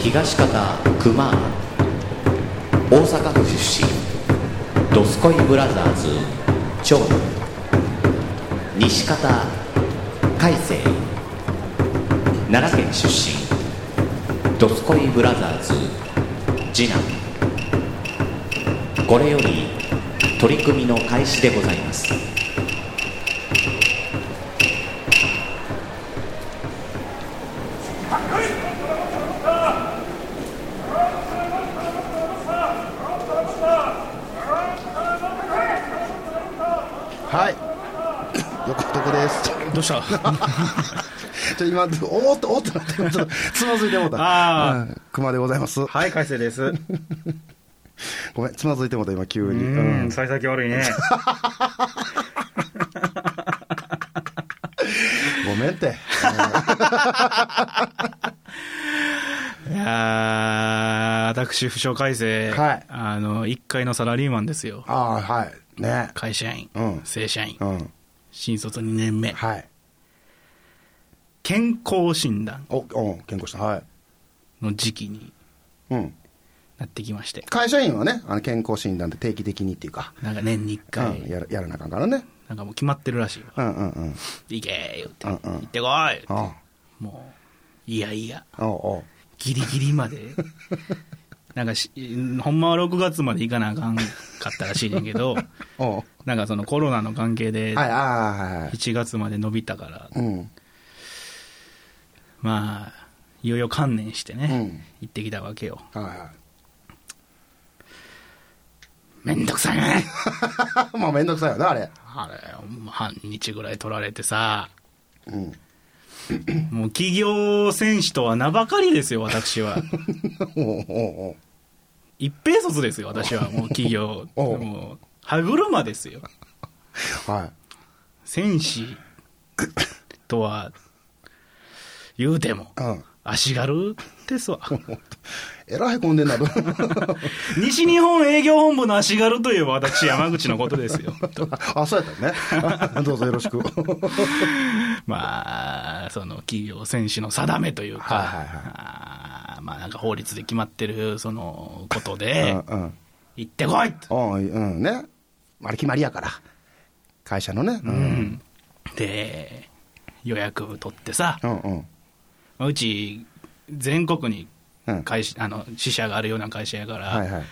東方熊大阪府出身ドスコイブラザーズ長男西方海星奈良県出身ドスコイブラザーズ次男これより取り組みの開始でございますはい。よかったこです。ちょどうしたっと今、おーっと、おーっとなって、ちょっとつまずいてもうた。あーうん熊でございます。はい、海星です。うごめん、つまずいてもうた、今、急に。ーうんん、幸先悪いね。ごめんって。いやー、私、不詳海星、はいあの、一階のサラリーマンですよ。ああ、はい。ね。会社員、うん正社員、うん。新卒2年目、はい。健康診断お、うん、健康した。はい。の時期にうん。なってきまして、会社員はね、あの健康診断で定期的にっていうか、なんか年に1う回、ん、やらやらなあかんからね。なんかもう決まってるらしいうわ。んうんうん。行けー言って、うんうん行ってこいあもう、いやいや、あ、おうおう。ギリギリまで。なんかし、ほんまは6月まで行かなあかんかったらしいねんけど、おうなんかそのコロナの関係で、はい、ああ、はいはい。 7月まで伸びたから、うん。まあ、いよいよ観念してね、うん行ってきたわけよ。はいはめんどくさいね。い。 まあ、めんどくさいよな、あれ。あれ、ほんま半日ぐらい取られてさ、うん。 もう企業選手とは名ばかりですよ、私は。おうおうおう一平卒ですよ、私は。もう企業、おうもう、歯車ですよ。はい。戦士とは、言うても、うん。足軽ですわ。えらい混んでんなと。 西日本営業本部の足軽といえば私、山口のこと ですよ。とあ、そうやったね。ど うぞよろしく。まあ、その企業選手の定めというか、はいはいはいあーまあなんか法律で決まってる、そのことうでん、うん。行ってこいと。おいうんね。あれ決まりやから。会社のね。う。うんんで、予約取ってさ、うんうん。うち、全国にうん。会社あの支社があるような会社やから、はいはい。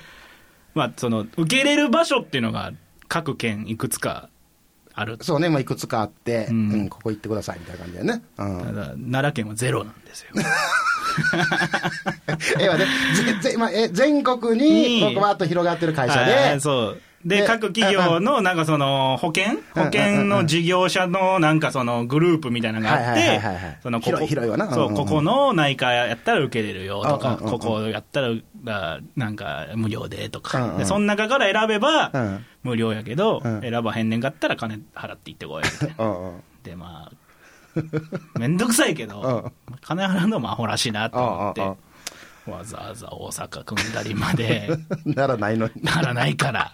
まあ、その受け入れる場所っていうのが、各県いくつかある、そうね、まあいくつかあって、ううんん、ここ行ってくださいみたいな感じだよね。うたん。だ、奈良県はゼロなんですよ。ええわね。ぜ、ぜ、まあ、え、全国にに、ここばーっと広がってる会社はでい。そうでで各企業のなんかその保険、保険の事業者のなんかそのグループみたいなのがあっはいはていはいはい、そのこ広い広いわなうんうそう、んここの内科やったら受けれるよとか、うんうんうんここやったらなんか無料でうとんか、うんでその中から選べうばん無料やけど、うん選ばへんねんかったら金払っていってこいみたいな。うん うん。でまあめんどくさいけど、金払うのもアホらしいなと思ってうんうん、わざわざ大阪組んだりまで。ならないのに。ならないから。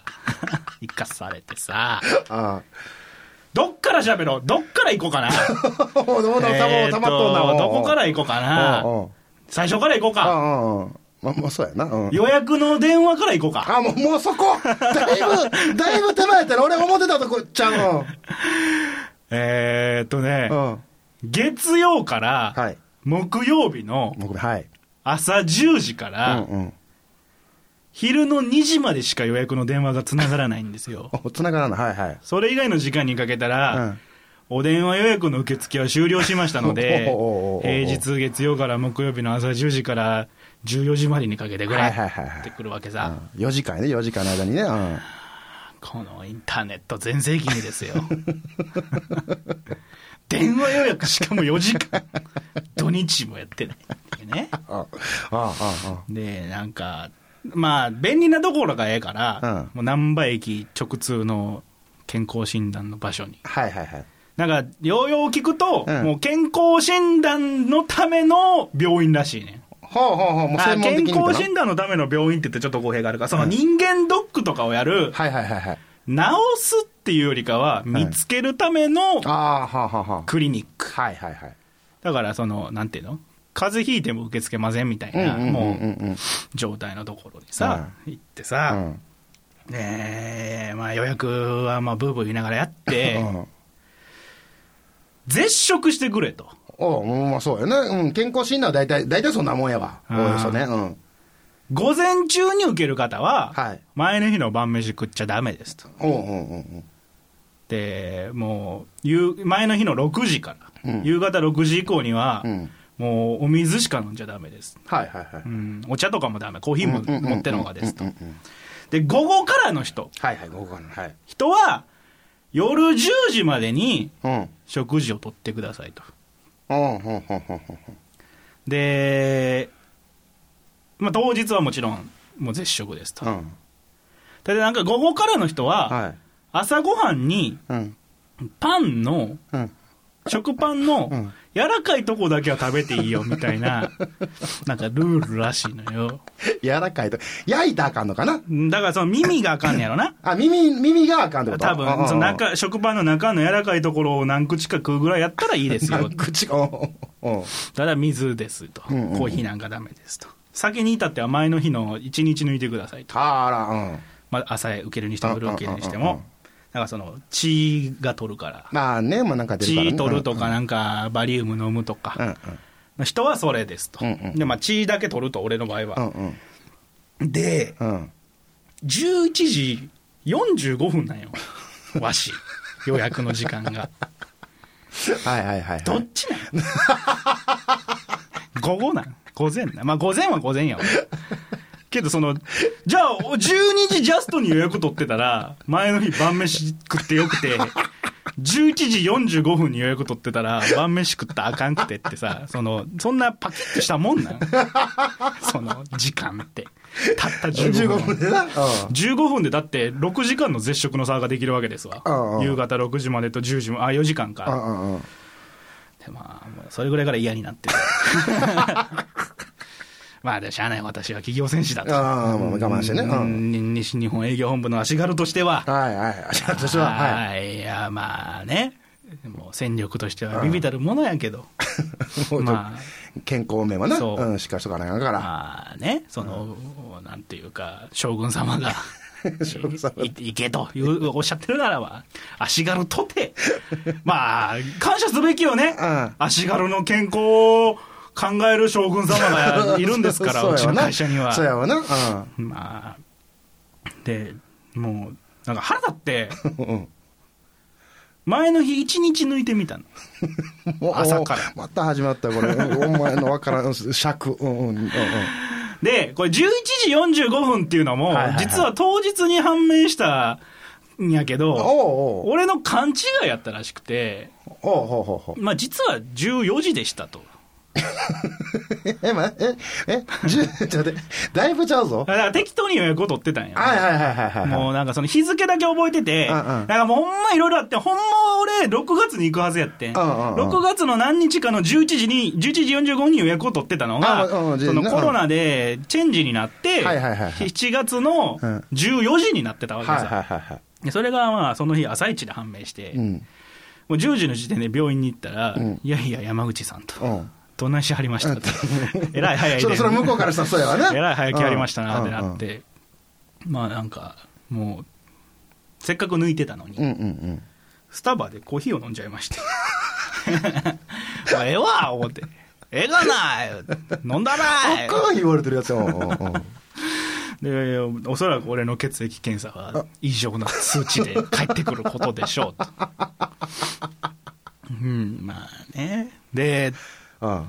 生かされてさ。あ あ。どっから喋ろうどっから行こうかな。 おうどうだ、たまえーたまっとんな。おうおうどこから行こうかなおうおう。最初から行こうあか。あ、うんまあ、まあ、そうやな。うん。予約の電話から行こうか。あ、もう、もうそこだいぶ、だいぶ手前やったら、俺思ってたとこちゃうえーっとねの。うん。月曜から、はい木曜日の僕ね、はい。朝10時かうら、んうん。昼の2時までしか予約の電話がつながらないんですよ。お繋がらない。はいはい。それ以外の時間にかけたら、うんお電話予約の受付は終了しましたの でおおおおお、お平日月曜から木曜日の朝10時から14時までにかけてぐらいはいはいはいはいってくるわけうさ。ん4時間やね、4時間の間にね。うん。このインターネット全盛期にですよ。電話予約しかも4時間。土日もやってないっていうね。ああ、あで、なんか、まあ、便利なところがええから、うもう難波駅直通の健康診断の場所に。あ。はいはいはい。なんか、療養を聞くと、うんもう健康診断のための病院らしいね。ほうほうほう、もうあ専門的健に見たな。康診断のための病院って言ってちょっと語弊があるから、その人間ドックとかをやる、はいはいはいはい。治すっていうよりかは、見つけるためのああ、はあはあはクリニック。あ。はいはいはい。だから、その、なんていうの風邪ひいても受け付けませんみたいな、うんうんうんうんもう、状態のところにさ、行ってうさ、んねえ、まあ予約はまあブーブー言いながらやって、うん絶食してくれと。おううんまあそうよね、うん、健康診断は大体、大体そんなもんやわ、おうんおよそね、うん、午前中に受ける方は、はい前の日の晩飯食っちゃダメですと。おううんうんで、もう、夕前の日の6時から、うん夕方6時以降には、うん、うん、もうお水しか飲んじゃダメです。はいはいはい、うん、お茶とかもダメ、コーヒーもうんうんうん持ってのほうがですとうんう。んうんで、午後からの人、はいはい、ここかな、はい、人は、夜10時までにうん、食事をとってくださいと。うん、うん、うん、うん、で、まあ、当日はもちろん、もう絶食ですと。うたん、だなんか午後からの人は、はい、朝ごはんにうん、パンの、うん、食パンのうん柔らかいとこだけは食べていいよみた いな、なんかルールらしいのよ。 柔らかいと、焼いたらあかんのかな、だからその耳があかんねやろな。あ耳耳があかんってこと多うんうんう分んその中食パンの中の柔らかいところを何口か食うぐらいやったらいいですよあ口が、うんうんうんただ水ですと、うんうんうんコーヒーなんかダメですと酒に至っては前の日の1日抜いてくださいと、あら、うん、まあ、朝へ受けるにしても夜受けるにしてうんうんうんうもんなんかその血が取るからまあね、もうなんか出るから、ね、血取るとかなんかバリウム飲むとうん、うんか、人はそれですと、うんうんでまあ血だけ取ると俺の場合うん、は、うん、でうん、うん、 11時45分なんよわし予約の時間が。はいはいはい、どっちなん午後なん午前なんまあ午前は午前やわけどその、じゃあ、お12時ジャストに予約取ってたら、前の日晩飯食ってよくて、11時45分に予約取ってたら、晩飯食ったらあかんくてってさ、その、そんなパキッとしたもんなんその、時間って。たった15 15分。分でな、うん、 15分でだって6時間の絶食の差ができるわけですわうんうん。夕方6時までと10時も、あ、4時間か。うん、うん、うん。でまあ、もうそれぐらいから嫌になって るまあ、でもしゃあない、私は企業戦士だと。ああ、もう我慢してね。う。うんん西日本営業本部の足軽としては、はいはい。私は、 はい。はい、いや、まあね、もう戦力としてはビビたるものやけど、もうちょま健康面はな、そううん、しかしとかないかまあね、その、なんていうか、将軍 様が。ら。しょうがないいいけというおっしゃってるならば、足軽とて、まあ、感謝すべきよね、うん足軽の健康を考える将軍様 がいるんですから、そううちやわのな会社にはそう。やわな。うまあ、で、もう、なんか腹立って、んうん。前の日、一日抜いてみたの、もう朝からまた始まったよこれ。うんお前のわからん尺。うんうんうんうん。で、これ、11時45分っていうのもはいはいは、い実は当日に判明したんやけおうど、おう俺の勘違いやったらしくて、おうほうほうほう。まあ、実は14時でしたと。え、ま、え、え、じゅ、ちょっと待って、だいぶちゃうぞ。 だから適当に予約を取ってたんや。はいはいはいはいはい。もうなんかその日付だけ覚えてて、うんなうんんかもうほんまいろいろあって、ほんま俺6月に行くはずやってん。うんうんうん6月の何日かの11時に、11時45分に予約を取ってたのが、あうんうんそのコロナでチェンジになって、はいはいはいはい7月のうん14時になってたわけはいさ。はいはいはい。でそれがまあその日朝一で判明して、うもん。う10時の時点で病院に行ったら、んいやいや山口さんと、うん。どんなしはりましたと。 えらい早いでそれ、それ向こうからしたらそうやわな。 えらい早くやりましたなってなっうん。て、まあなんか、もう、せっかく抜いてたのうんに、うんうん。スタバでコーヒーを飲んじゃいまして、 まあええわ、思って、ええがな、飲んだあっな、から言われてるやつやもんうんうん。で、おそらく俺の血液検査は異常な数値で返ってくることでしょうと。うん、まあね。で、うん。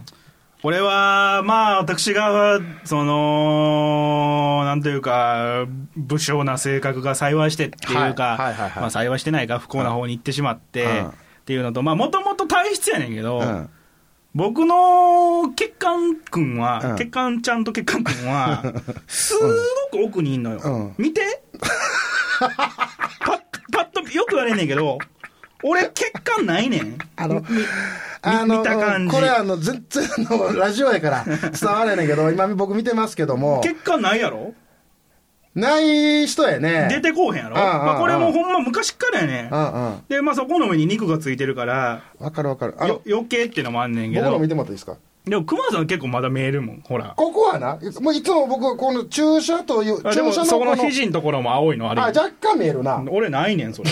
俺は、まあ、私が、その、なんというか、武将な性格が幸いしてっていうか、はいはいはいはいまあ、幸いしてないか、不幸な方に行ってしまって、うんっていうのと、まあ、もともと体質やねんけど、うん僕の血管君は、うん血管ちゃんと血管君 は、すごく奥にいんのよ。うん見て パッ、パッと、よく言われんねんけど、俺、血管ないねん。あの、見た感じこれあの、全然あの、ラジオや から伝わらないけど、今僕見てますけども、血管ないやろない人やね。出てこうへんやろ、ああああまあ、これもうほんま昔っからやねうんうん。で、まあ、そこの上に肉がついてるからわかるわかる。あよの、余計ってのもあんねんけ僕のど見てもらっていいですかでも、熊さん結構まだ見えるもん、ほら。ここはな、もういつも僕、この注射という、あでも、注射そこのこの肘のところも青いのああ、れ。若干見えるな。俺ないねん、それ。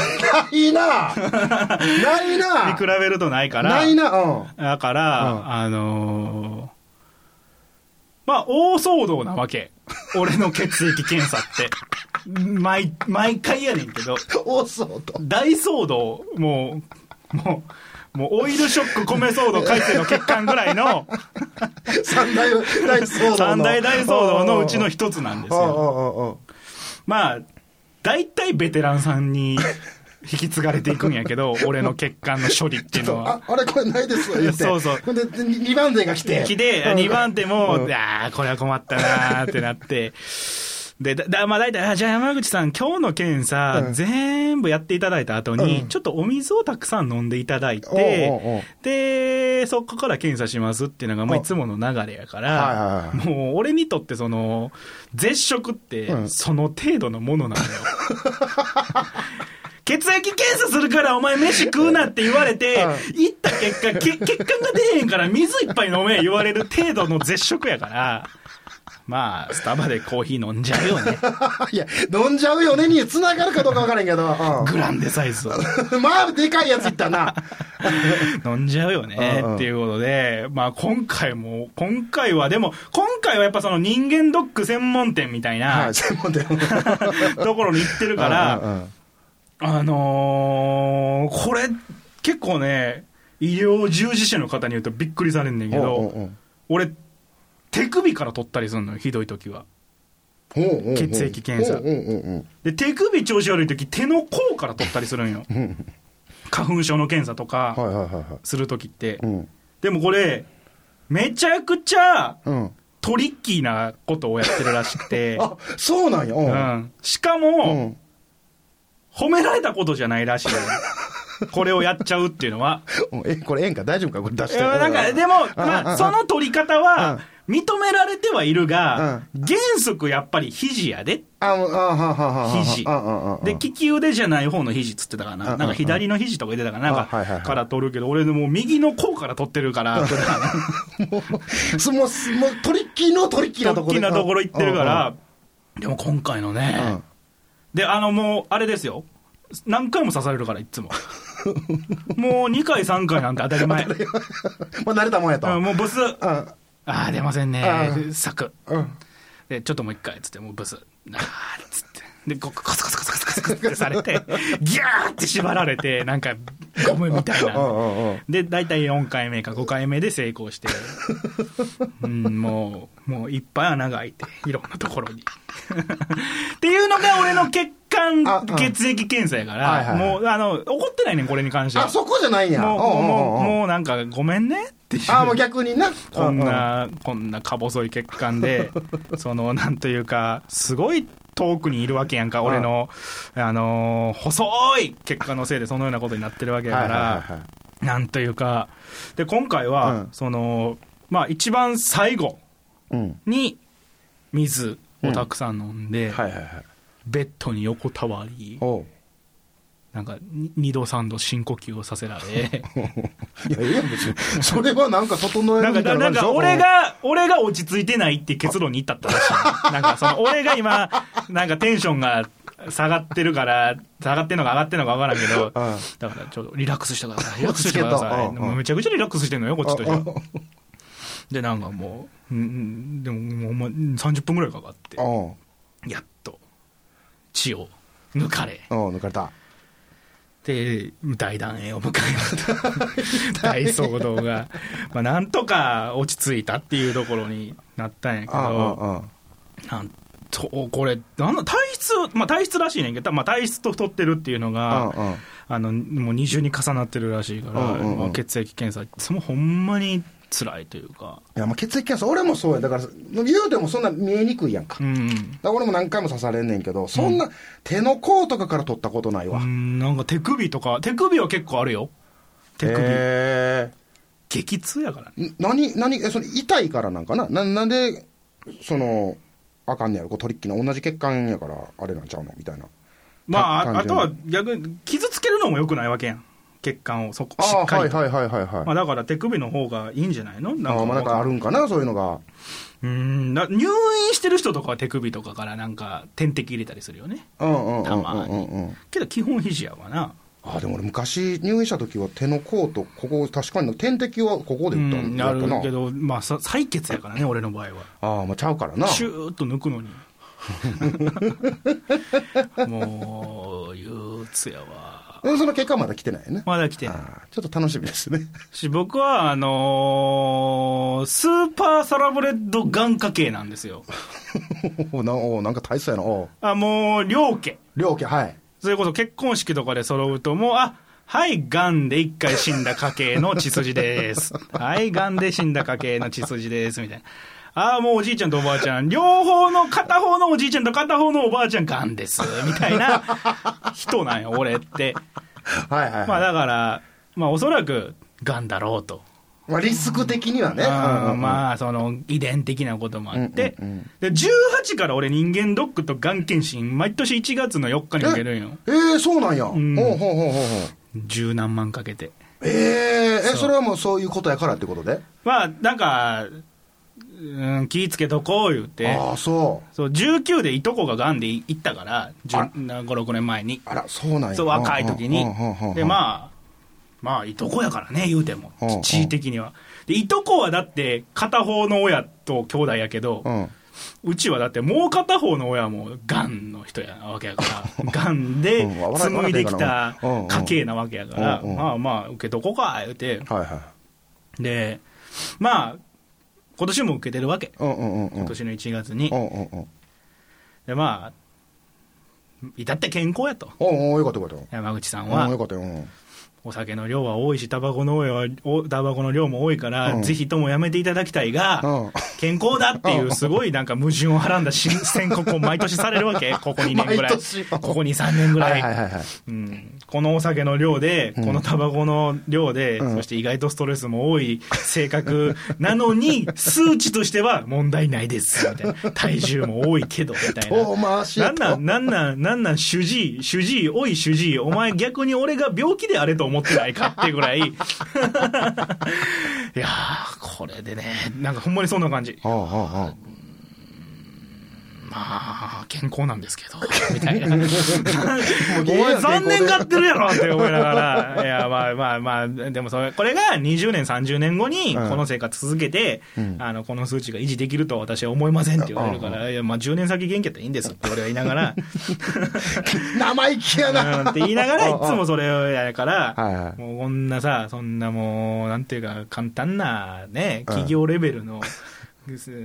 にない なないな比べるとないから。ないな、うん。だから、あのーまあ、大騒動なわけ。俺の血液検査って。毎、毎回やねんけど、大そうと。大騒動、もう、もう、もうオイルショック米騒動改正の欠陥ぐら いの三大大騒動の。三大大騒動のうちの一つなんですうんうよ。んうんうん。まあ、大体ベテランさんに引き継がれていくんや けど、俺の欠陥の処理っていうのはあ。、あれこれないですよ、言って。そうそうほんで、2番手が来て。来て、2番手も、ああ、これは困ったなーってなって。で、だ、だまあ大体、あじゃあ山口さん、今日の検査、うん全部やっていただいた後に、ちょっとお水をたくさん飲んでいただいて、おうおうおうで、そこから検査しますっていうのが、まあ、いつもの流れやから、はいはいもう、俺にとって、その、絶食ってう、んその程度のものなのよ。 血液検査するからお前飯食うなって言われて、行った結果、け血管が出えへんから水いっぱい飲め言われる程度の絶食やから、まあ、スタバでコーヒー飲んじゃうよね。 いや、飲んじゃうよねに繋がるかどうか分からへんけど。グランデサイズを。うん、 まあ、でかいやついったな。 飲んじゃうよねうんうんっていうことで、まあ今回も、今回はでも、今回はやっぱその人間ドック専門店みたいは、ない専門店。 ところに行ってるかうんら、うんうんあのーこれ結構ね、医療従事者の方に言うとびっくりされんねんけうんうんうどん、俺、手首から取ったりするのよ、ひどい時は。ほうほうほう血液検査ほうほうほうほうで、手首調子悪い時、手の甲から取ったりするんよ。花粉症の検査とかはいはいはいはい。する時ってう。ん。でもこれ、めちゃくちゃ、うん。、トリッキーなことをやってるらしくて あ、そうなんや。う。うんん、しかうも、ん。褒められたことじゃな いらしいよこれをやっちゃうっていうのは。うんえ、これええんか大丈夫かこれ出しいて。やなんか、でも、まあ、その取り方は、認められてはいるが、原則やっぱり肘やで。あ、もう、あ、はははは。肘あああ。で、利き腕じゃない方の肘っつってたからな。なんか左の肘とか言ってたから、なあんはいはいはか、いから取るけど、俺でも右の甲から取ってるから、そもう、すもうトリッキーのトリッキーなと大ころ。きなところ行ってるから、でも今回のね、うん。うん で、あの、もう、あれですよ。何回も刺されるから、い つも。もう2回、3回なんて当たり前。もう慣れたもんやと。うんもうブス。あああ、出ませんねあ。ーサク。うん。で、ちょっともう1回、つって、もうブス。ああ、つって。で、こコツコツコツコツコツコツってされて、ギャーって縛られて、なんか、ゴムみたいうんな。うんうん。で、大体4回目か5回目で成 功して、うん、もう、もういっぱい穴が開いて、いろんなところに。っていうのが俺の血管あうん血液検査やかはいら、はいはいもう、あの、怒ってないねん、これに関しては。あ、そこじゃないんや。もう、もう、うんもううんうんもうなんか、ごめんねっていう。あ、もう逆にな。こんな、こんなか細い血管 で、その、なんというか、すごい遠くにいるわけやんか、俺の、あのー、細い血管のせいでそのようなことになってるわけうん。やはかいはいはいら、はい。なんというか、で、今回は、うんその、まあ、一番最後うん。に、水をたくさん飲んで、はいはいはい。ベッドに横たわり、おう。なんか、に二度三度深呼吸をさせら れ、いや、いいやん、別に。それはなんか整えるなんか、みたいな感なんじでしか、ょ俺。が、俺が落ち着いてないっていう結論に至ったらしい。なんか、そ の、俺が今、なんかテンションが下がってるから、下がってんのか上がってんのか分からんけど、だから、ちょっとリラックスしてください。リラックスしてください。うんもうめちゃくちゃリラックスしてんのよ、こっちとしては。で、なんかもう、うんうん、でも、もう、お前、30分ぐらいかかってう、ん。うん。やっと、血を抜かれ。うん、抜かれた。で、大団円を迎えまし た。大騒動が。まあ、なんとか落ち着いたっていうところになったんやけあど、あ、あなんと、これ、なんだ、体質、まあ、体質らしいねんけど、まあ、体質と太ってるっていうのあ。が、うんうん。あの、もう二重に重なってるらしいから、うんうんうんまあ血液検査、そのほんまに辛いというか、いや、まあ、血液検査、俺もそうや。だから、言うてもそんな見えにくいやんか。うだかん。ら俺も何回も刺されんねんけど、そんな、手の甲とかから取ったことないうわ。ん、なんか手首とか、手首は結構あるよ。手首。へ激痛やからね。えん何、何、え、その痛いからなんかなな、なんで、その、あかんねやろ、こうトリッキーな、同じ血管やから、あれなんちゃうのみたいな。まあ、単ああ純とには逆に、傷つけるのも良くないわけやん。血管をそこしあっあかはいりとはいはいはいはい、まあ、だから手首の方がいいんじゃないのなんあかあまあなんかあるんかなそういうのがうんな入院してる人とかは手首とかからなんか点滴入れたりするよねうんうんうんたうんまうんにうんけど基本肘やわなああでも俺昔入院した時は手の甲とここ確かに点滴はここでう打ったんんなだったなるけどまあさ採血やからね俺の場合はああまあちゃうからなシューッと抜くのに もう憂鬱やわうんその結果はまだ来てないよねまだ来てないああちょっと楽しみですね し僕はあのースーパーサラブレッド眼科系なんですよおおなおおなんか大層やなおおあもう両家両家はいそれこそ結婚式とかで揃うと、もう、あはい、がんで一回死んだ家系の血筋です。 はい、がんで死んだ家系の血筋です。みたいな。ああ、もうおじいちゃんとおばあちゃん、両方の、片方のおじいちゃんと片方のおばあちゃん、がんです。みたいな人なんよ、俺って。はいはい、はいまあだから、まあおそらく、がんだろうと。まあ、リスク的にはね、あーあ、まあ、その、遺伝的なこともあって。うんうんうんで、18から俺人間ドックとがん検診、毎年1月の4日に受けるんよ。ええそうなんや、んほうほうほうほうほう十何万かけて。えええそれはもうそういうことやからってことで、まあなんか、うん、気ぃつけとこう言ってああそうそう19でいとこががんで行ったからあら56年前にあらそうなんやそう若い時にであまあまあいとこやからね言うてもうんうん地位的にはでいとこはだって片方の親と兄弟やけどうんうちはだってもう片方の親もがんの人やわけやから がんでうん笑い紡いできた笑い笑い家系なわけやからうんうんまあまあ受けとこうか言うてはいはでまあ今年も受けてるわけいうんうんうんうん今年の1月にう、んうんうんでまあ、至って健康やと、おうおうよかったよかった山口さんうんよは、かったよ、うんお酒の量は多いし、タバコの量はおタバコの量も多いから、うんぜひともやめていただきたいが、うん健康だっていう、すごいなんか矛盾をはらんだし宣告を毎年されるわけ、ここ2年ぐら毎い、年ここ2、3年ぐらい。はいはいはいはいうんこのお酒の量で、このタバコの量で、んそして意外とストレスも多い性格なのに、数値としては問題ないです、みたいな。体重も多いけど、みたいな。遠回しなやんとなん、なんなん、なんなん、主治医、主治医、おい主治医、お前逆に俺が病気であれと思ってないかってぐらい。い やー、これでね、なんかほんまにそんな感じ。あああああまあ、健康なんですけど、みた いな。あ お前残念がってるやろって思いなが ら、いや、まあまあまあ、でもそれ、これが20年、30年後に、うんこの生活続けて、あの、この数値が維持できるとは私は思いませんって言われるから、いや、まあ10年先元気やったらいいんですって俺は言いなが ら、生意気やうんなって言いな がら、ういんうんつもそれをやかはいらは、いもうこんなさ、そんなもう、なんていうか、簡単なね、企業レベ ルの、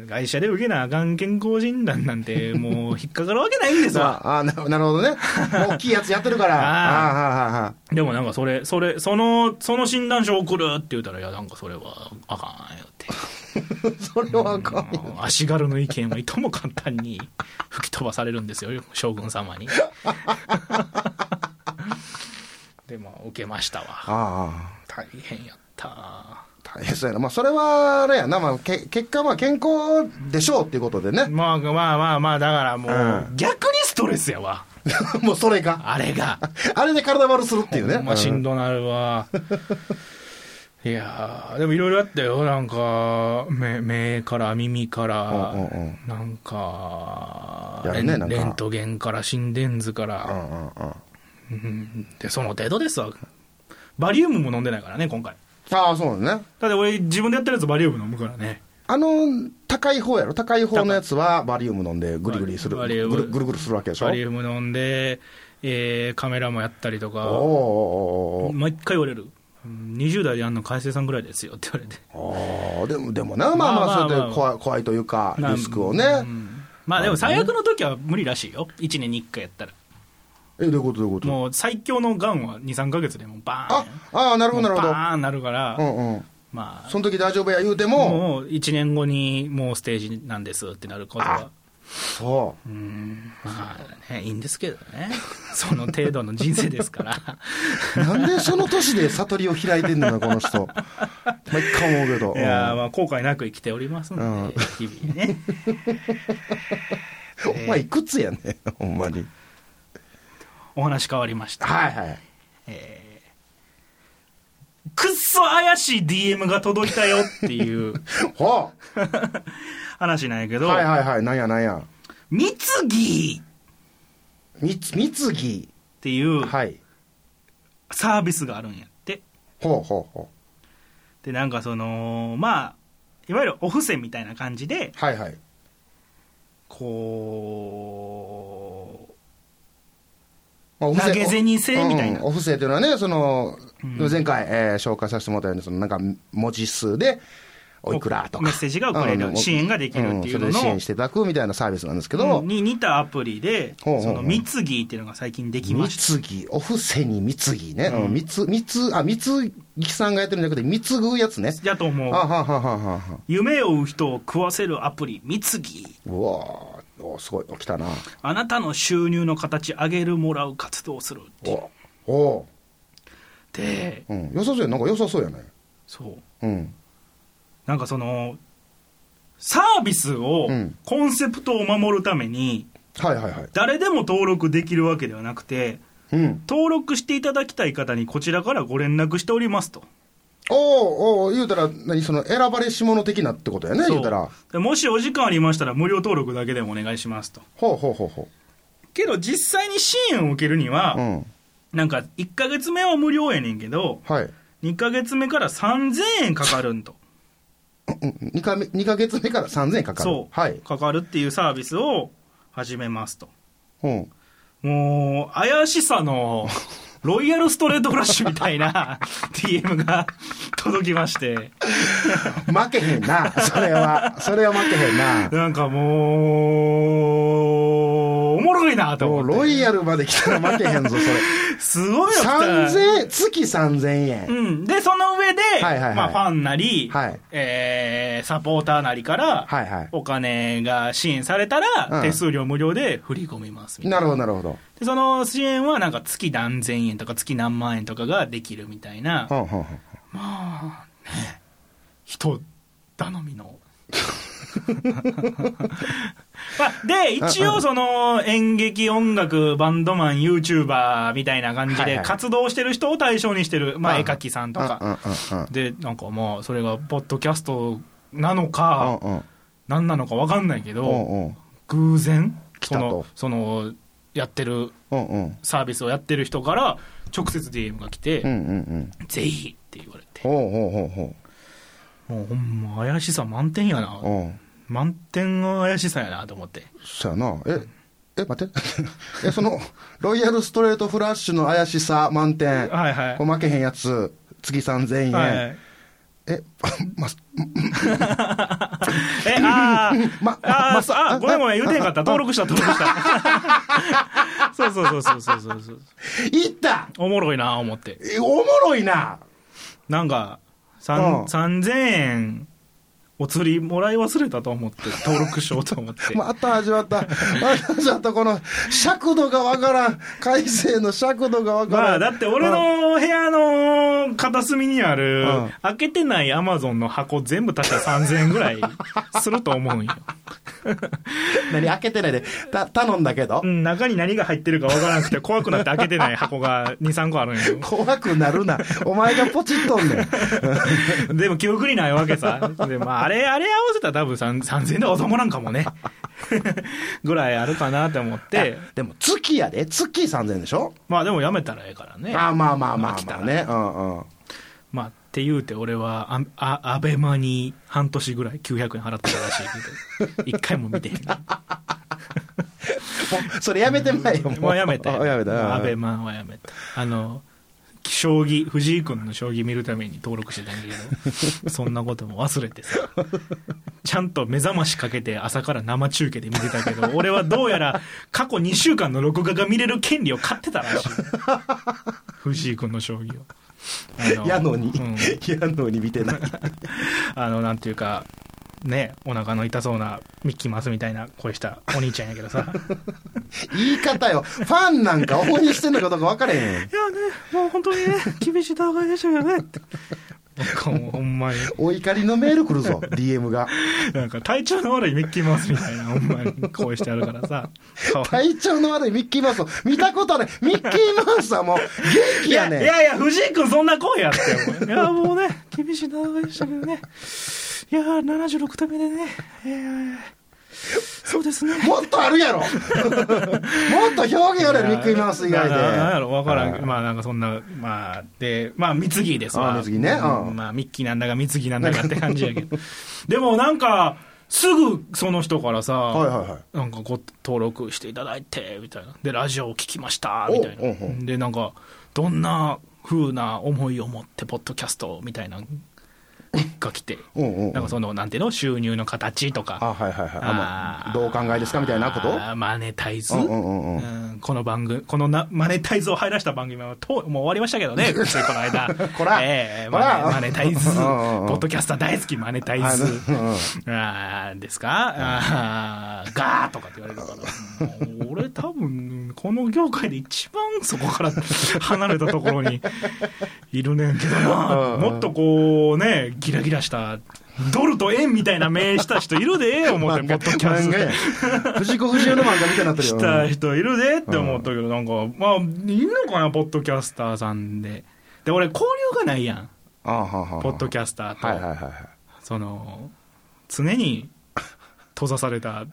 会社で受けなあかん健康診断なんて、もう引っかかるわけないんですわ。ああななるほど ね大きいやつやってるからああはいはいはいでもなんかそれ、それ、その、その診断書送るって言うたら、いや、なんかそれはあかんよ って。それはあかんよあの足軽の意見はいとも簡単に 吹き飛ばされるんですよ、将軍様に。 でも、受けましたわ。ああ大変やった。大変そうやなまあそれはあれやな、まあ、け結果まあ健康でしょうっていうことでね まあまあまあまあ、だからもう、うん逆にストレスやわ。もうそれがあれが。あれで体悪するっていうねほんましんどな るわ。いやー、でもいろいろあったよ。なんか、目目から耳から、うんうんうんなんかやレるンねなんかレントゲンから心電図かうんうら、んうんあうんで、その程度ですわ。バリウムも飲んでないからね、今回。あそうだねだって俺、自分でやってるやつバリウム飲むからね。あの高い方やろ高い方のやつはバリウム飲んでグリグリするバぐリるウムぐるぐるするわけでしょバリウム飲んで、えーカメラもやったりとおか。ーおーおーおー毎回言われるうん20代でやんの海星さんぐらいですよって言われてああでもでもなまあままあまああそれまあで怖い怖いというかなリスクをねうんまあでも最悪の時は無理らしいよ1年に1回やったらえどういうことどういうこともう最強のがんは23か月でもうバーンあああなるほどなるほもうどバーンなるから、うんうんまあその時大丈夫や言うてももう1年後にもうステージなんですってなることはそううんまあねいいんですけどね その程度の人生ですから なんでその年で悟りを開いてんのよこの 人毎回思うけどいやーまあ後悔なく生きておりますので、うん日 々ねうんお前いくつやねんほんまにお話変わりましたはいはいえーそ怪しい DM が届いたよっていうは話なんやけあど、はいはいはいなんやなんや三つぎっみつみつぎていうはいサービスがあるんやって。ほうほうほで、なんかその、まあ、いわゆるお布施みたいな感じで、うはいはいこまあ、お投げ銭制みたいなお布施というのはね、その、うん前回、えー紹介させてもらったように、そのなんか文字数で、おいくらとか。メッセージが送れるん支援ができるっていうののんそれで支援していただくみたいなサービスなんですけう、ど、に似たアプリで、ほうほうほそうの三ぎっていうのが最近できま三した。つぎ、お布施に三ぎね、うんうん、三つ、三つ、あ、三つぎさんがやってるんじゃなくて、三つぐやつね。やと思あう。はははははは。夢を追う人を食わせるアプリ、三ぎ。うわーおすごい、来たな。あなたの収入の形、上げる、もらう、活動するって言っおおて、うん、良さそうや、なんか良さそうやね。そう。うん。なんかその、サービスをうん、コンセプトを守るために、はいはいはい。誰でも登録できるわけではなくて、うん。登録していただきたい方にこちらからご連絡しておりますと。おーおー言うたら、何、その、選ばれし者的なってことやね、そう言うたら。でもしお時間ありましたら無料登録だけでもお願いしますと。ほうほうほうほけど実際に支援を受けるには、う。うん。なんか1ヶ月目は無料やねんけど、はい。 2ヶ月目から3000円かかるんと。 2か目二ヶ月目から3000円かかる。そう。はい。かかるっていうサービスを始めますと。うん。もう、怪し さの、ロイヤルストレートフラッシュみたいな DM が届きまして、負けへんな。それは。それは負けへん な。なんかもう、おもろいなともう思っロて。イヤルまで来たら負けへんぞ、それ。すごいよ、 3000円、月3000円。うん。で、その上で、はいはいはいまあ、ファンなり、はいえーサポーターなりから、はいはいお金が支援されたら、うん手数料無料で振り込みますみたいななるほど、なるほど。でその支援はなんか月何千円とか月何万円とかができるみたいな、ほんほんまあね人頼 みのまあで一応その演劇音楽バンドマン YouTuber みたいな感じはいではい活動してる人を対象にしてる、まあ、うん絵描きさんとほん。うんうかんうんでなんかまあそれがポッドキャストなのかうん。何なのか分かんないけうんうん。どうんうん。偶然来そたとのそのやってるうんうん。サービスをやってる人から直接 DM が来て、うんうんうん。ぜひって言われて、ほうほうほうほもうほんま怪しさ満点やなう。、うん。満点の怪しさやなと思って、そやな。え、え、待って。え、その、ロイヤルストレートフラッシュの怪しさ満点。はいはいこれ負けへんやつ、月3000円。はい、え、ま、え、あー、 まあー、まそうああごめんごめん、言うてへんかった、登録した、登録 した、そうそうそうそうそうそうそう、いったおもろいな、思って、えおもろいななんか、うん三三千円、お釣りもらい忘れたと思って、登録しようと思っ て、また始まった。また始まった。この尺度がわからん。改正の尺度がわからん。まあ、だって俺の部屋の片隅にある、うん開けてないアマゾンの箱全部確か3000円ぐらいすると思うんよ。うん。何開けてないで。た、頼んだけどう。ん、中に何が入ってるかわからなくて怖くなって開けてない箱が2、3個ある んよ。怖くなるな。お前がポチっとんねん。でも記憶にないわけさ。で、まあ、あれ、あれ合わせたら多分3 3000円で収まらんかもね。 ぐらいあるかなって思って、でも月やで。月3000円でしょまあでもやめたらええからね。あまあまあま飽あきたまあらね。うんうん。まあ、って言うて、俺はあ、あ、アベマに半年ぐらい900円払ってたらしいけど、一回も見てへん。もうそれやめてまいよ。もうやめたやめた。うんアベマはやめた。あの、将棋、藤井君の将棋見るために登録してたんだ けど、そんなことも忘れてさ、ちゃんと目覚ましかけて朝から生中継で見てたけど、俺はどうやら過去2週間の録画が見れる権利を買ってたらしい。藤井君の将棋を。あやのにうん。やのに見てない。あの、なんていうか、ね、お腹の痛そうなミッキーマウスみたいな声したお兄ちゃんやけどさ。言い方よ。ファンなんか応援してんのかどうか分からへん。 いやね、もう本当にね、厳しい戦いでしたけどね。なんかもうほんまに。お怒りのメール来るぞ、DM が。なんか体調の悪いミッキーマウスみたいな、ほんまに声してあるからさ。かわい体調の悪いミッキーマウスを見たことない。ミッキーマウスはもう元い気いややいねん。やいや、藤井君そんな声やって。いや、もうね、厳しい戦いでしたけどね。いや、76手目でね、えーそうですね。もっとあるやろもっと表現あるやろミッキーマウス以外で。ななんやろ分からんはいまあなんかそんなまあでまあ貢ぎですわあ貢ぎねうんまあミッキーなんだか貢ぎなんだかって感じや けどでもなんかすぐその人からさ、はいはいはい。なんかご登録していただいてみたいなでラジオを聞きましたみたいおうおうおなでなんかどんな風な思いを持ってポッドキャストみたいなのが来ておうおうおうなんかそのなんていうの収入の形とかあ、はいはいはい。あまあーあ、どうお考えですかみたいなことあーマネタイズ、うんうんうんうんこの番組、このなマネタイズを入らした番組はとうもう終わりました けどね、ついこの間。こらええこらマネマネタイズ、うんポうんうんッドキャスター大好きマネタイズあのうんうん、あーですか、あーガーとかって言われるから、もう俺多分、この業界で一番そこから離れたところにいるねんけどな、うんもっとこうね、ギラギラした、ドルと円みたいな目した人いるで、思って、ポッドキャス漫ト画。や藤子不二雄の漫画みたいになってるよ。しうたん人いるでって思ったけど、なんか、まあ、いんのかな、ポッドキャスターさんで。で、俺、交流がないやん、あはははポッドキャスターと。はいはいはいはい。その、常に閉ざされた